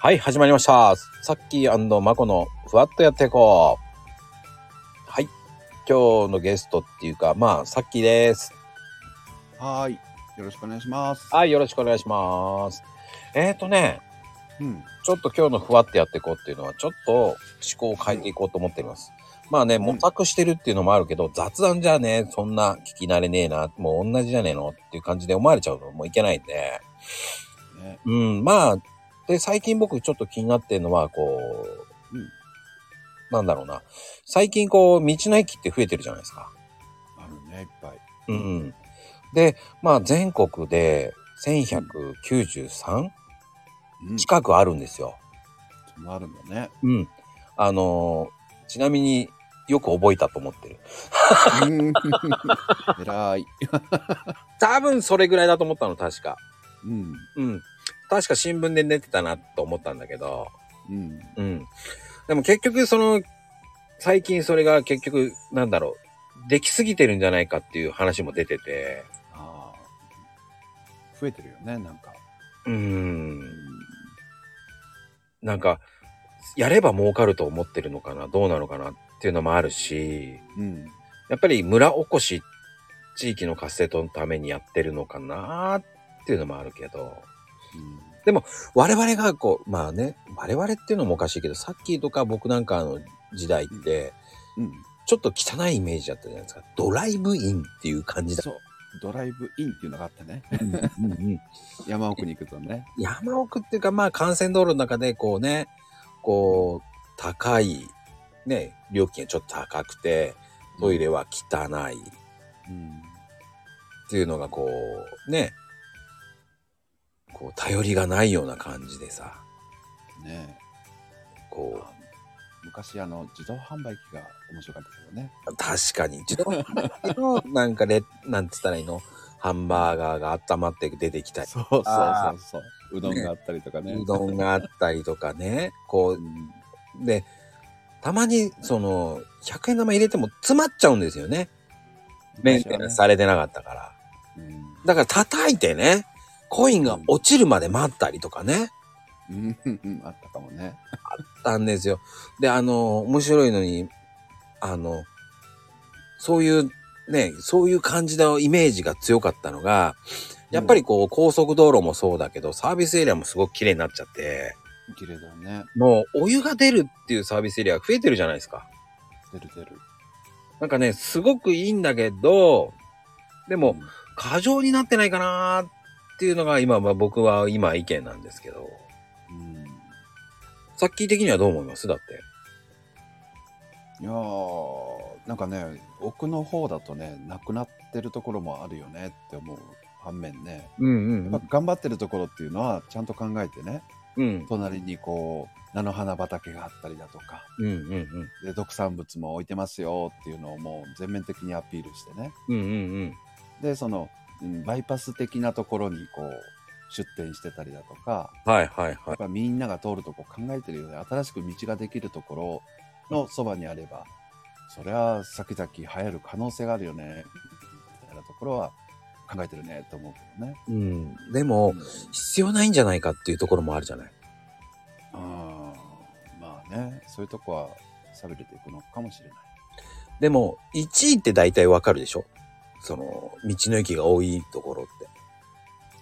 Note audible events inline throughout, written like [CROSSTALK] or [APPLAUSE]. はい、始まりました。さっきまこのふわっとやっていこう。はい。今日のゲストっていうか、まあ、さっきです。はーい。よろしくお願いします。はい、よろしくお願いします。えっ、ー、とね、うん。ちょっと今日のふわっとやっていこうっていうのは、ちょっと思考を変えていこうと思っています。まあね、ん模索してるっていうのもあるけど、雑談じゃね、そんな聞き慣れねえな、もう同じじゃねえのっていう感じで思われちゃうのもいけないんで。ね。うん、まあ、で、最近僕ちょっと気になってるのは、こう、うんなんだろうな。最近こう、道の駅って増えてるじゃないですか。あるね、いっぱい。うんうん。で、まあ全国で1193うん。近くあるんですよ。そんなあるんだ [LAUGHS] ね。うん。あのーちなみによく覚えたと思ってる。うん。 [LAUGHS] えらい。多分それぐらいだと思ったの、確か。うん。うん。確か新聞で出てたなと思ったんだけど。うん。うん。でも結局その、最近それが結局、なんだろう、できすぎてるんじゃないかっていう話も出てて、ああ。増えてるよね、なんか。うーんう、なんか、やれば儲かると思ってるのかな、どうなのかなっていうのもあるし、ん。うん。やっぱり村おこし、地域の活性のためにやってるのかなっていうのもあるけど、我々がこう、まあね、我々っていうのもおかしいけど、さっきとか僕なんかの時代って、うん。うん。ちょっと汚いイメージだったじゃないですか。ドライブインっていう感じだそう。ドライブインっていうのがあった [LAUGHS] ね。うんうん山奥に行くとね。山奥っていうかまあ幹線道路の中でこうねこう高いね料金がちょっと高くてトイレは汚いっうん。ていうのがこうねこう頼りがないような感じでさねこあ昔、あの、自動販売機が面白かったけどね。う確か [LAUGHS] に自動のなんかレなんて言ったらいいのハンバーガーが温まって出てきたりそうそうあそうそう。うどんがあったりとかね。うどんがあったりとかねこううん。で、たまに、その、100円玉入れても詰まっちゃうんですよね。メンテナンスされてなかったから。うん。だから叩いてね、コインが落ちるまで待ったりとかね。うんうんあったかもね。あったんですよ。で、あの、面白いのに、あの、そういう、ね、そういう感じのイメージが強かったのが、やっぱりこう、高速道路もそうだけど、サービスエリアもすごく綺麗になっちゃって、綺麗だね。もう、お湯が出るっていうサービスエリアが増えてるじゃないですか。出る出る。なんかね、すごくいいんだけど、でも、過剰になってないかなーっていうのが今、まあ、僕は今意見なんですけど、うん、うんさっき的にはどう思いますだって。いやーなんかね奥の方だとねなくなってるところもあるよねって思う反面ね、うんやっぱ頑張ってるところっていうのはちゃんと考えてねうん。うん。隣にこう菜の花畑があったりだとかうんうんうん。で特産物も置いてますよっていうのをもう全面的にアピールしてねうんうんでその、うん、バイパス的なところにこう出店してたりだとかうん。はいはいはやっい。ぱみんなが通るとこ考えてるよね新しく道ができるところのそばにあればそれは先々流行る可能性があるよねみたいなところは考えてるねと思うけどね。うん。でも、う必要ないんじゃないかっていうところもあるじゃない。ん、まあねそういうとこは寂れていくのかもしれない。でも、1位って大体わかるでしょその、道の駅が多いところって。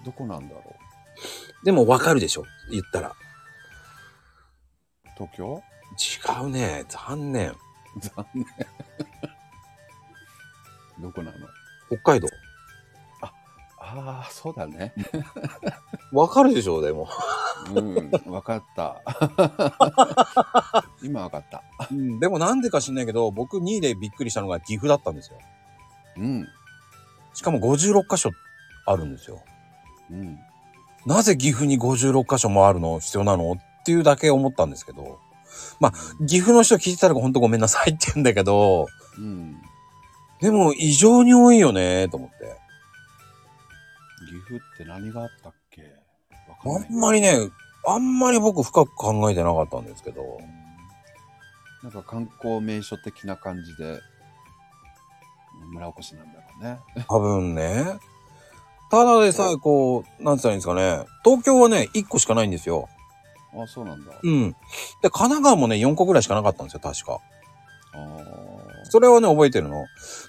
どこなんだろうでもわかるでしょ言ったら。東京違うね。残念。残念。どこなの北海道。ああそうだね。わかるでしょでも。うん分かった。 [LAUGHS] 今分かった。うんでもなんでか知んないけど、僕2位でびっくりしたのが岐阜だったんですよ。うんしかも56箇所あるんですよ。うんなぜ岐阜に56箇所もあるの必要なのっていうだけ思ったんですけど、岐阜の人聞いてたらほんとごめんなさいって言うんだけど、うんでも異常に多いよねと思って。岐阜って何があったっけわかあんないんまりね、あんまり僕深く考えてなかったんですけどう、んなんか観光名所的な感じで村おこしなんだろうね多分ね。ただでさえこう、なんて言ったらいいんですかね、東京はね、1個しかないんですよ。ああ、そうなんだ。うん。で、神奈川もね、4個ぐらいしかなかったんですよ、確か。あそれはね、覚えてるの。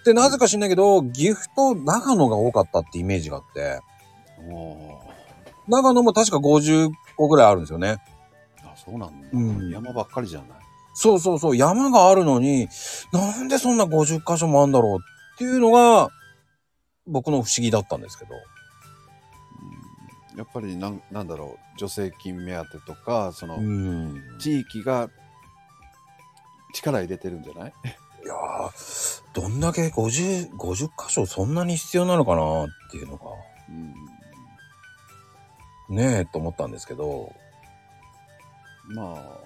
で、なぜか知んないけど、岐阜と長野が多かったってイメージがあって、あ。おー長野も確か50個ぐらいあるんですよね。あ、そうなんだ。うん山ばっかりじゃない。そうそうそう、山があるのに、なんでそんな50箇所もあるんだろうっていうのが、僕の不思議だったんですけど。うんやっぱりなん、なんだろう、助成金目当てとか、その、ん。地域が力入れてるんじゃないいやー、どんだけ50、50箇所そんなに必要なのかなっていうのが、うんねえ、と思ったんですけど、まあ、っ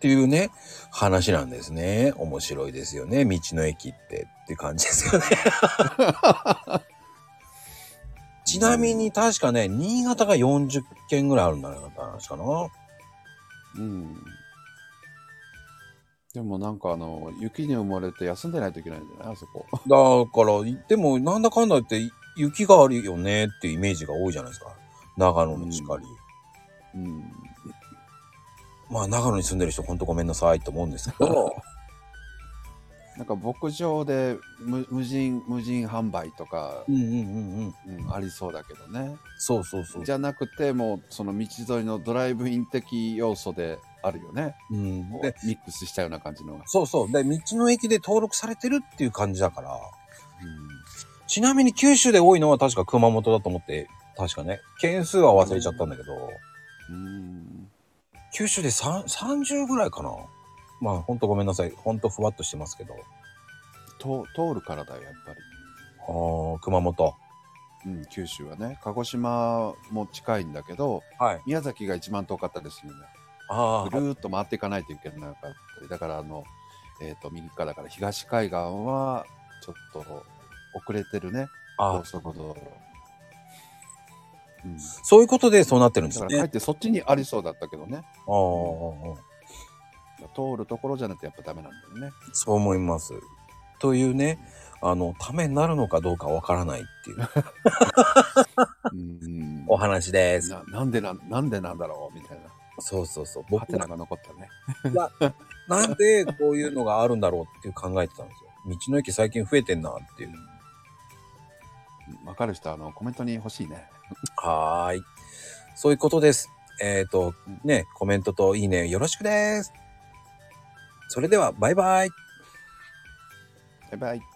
ていうね、話なんですね。面白いですよね。道の駅ってって感じですよ [LAUGHS] ね。ちなみに確かね、新潟が40件ぐらいあるんだなかった話かな。うん。うん。でもなんかあの、雪に埋もれて休んでないといけないんじゃないあそこ。だから、いでもなんだかんだ言って雪があるよねっていうイメージが多いじゃないですか。長野のしかり。うん。まあ長野に住んでる人ほんとごめんなさいと思うんですけ [LAUGHS] ど。なんか牧場で無無人、無人販売とか、うんうんうんうん。うん、ありそうだけどね。そうそうそう。じゃなくて、もうその道沿いのドライブイン的要素であるよね。うん、で、ミックスしたような感じのが。そうそう。で、道の駅で登録されてるっていう感じだから。ちなみに九州で多いのは確か熊本だと思って、確かね。件数は忘れちゃったんだけど、うん。九州で3 30ぐらいかな。まあほんとごめんなさい。ほんとふわっとしてますけど。と通るからだよ、やっぱり。ああ、熊本。うん、九州はね。鹿児島も近いんだけど、はい。宮崎が一番遠かったりするんだよ。あぐるーっと回っていかないといけなかったり。だから、あの、えっ、と、右側だから東海岸は、ちょっと遅れてるね。あ、あ高速道路。うん、そういうことでそうなってるんでだすかよら、かえねっ。てそっちにありそうだったけどね。ああ、通るところじゃなくてやっぱダメなんだよね。そう思います。というね、あの、ためになるのかどうかわからないっていうう [LAUGHS] んお話です。ななんでなんなんでなんだろうみたいな。そうそうそう。ハ僕テナはが残ったね。なんでこういうのがあるんだろうっていう考えてたんですよ。道の駅最近増えてんなっていう。うんわかる人、あの、コメントに欲しいね。はーい。そういうことです。えっ、と、ね、コメントといいねよろしくです。それでは、バイバイ。バイバイ。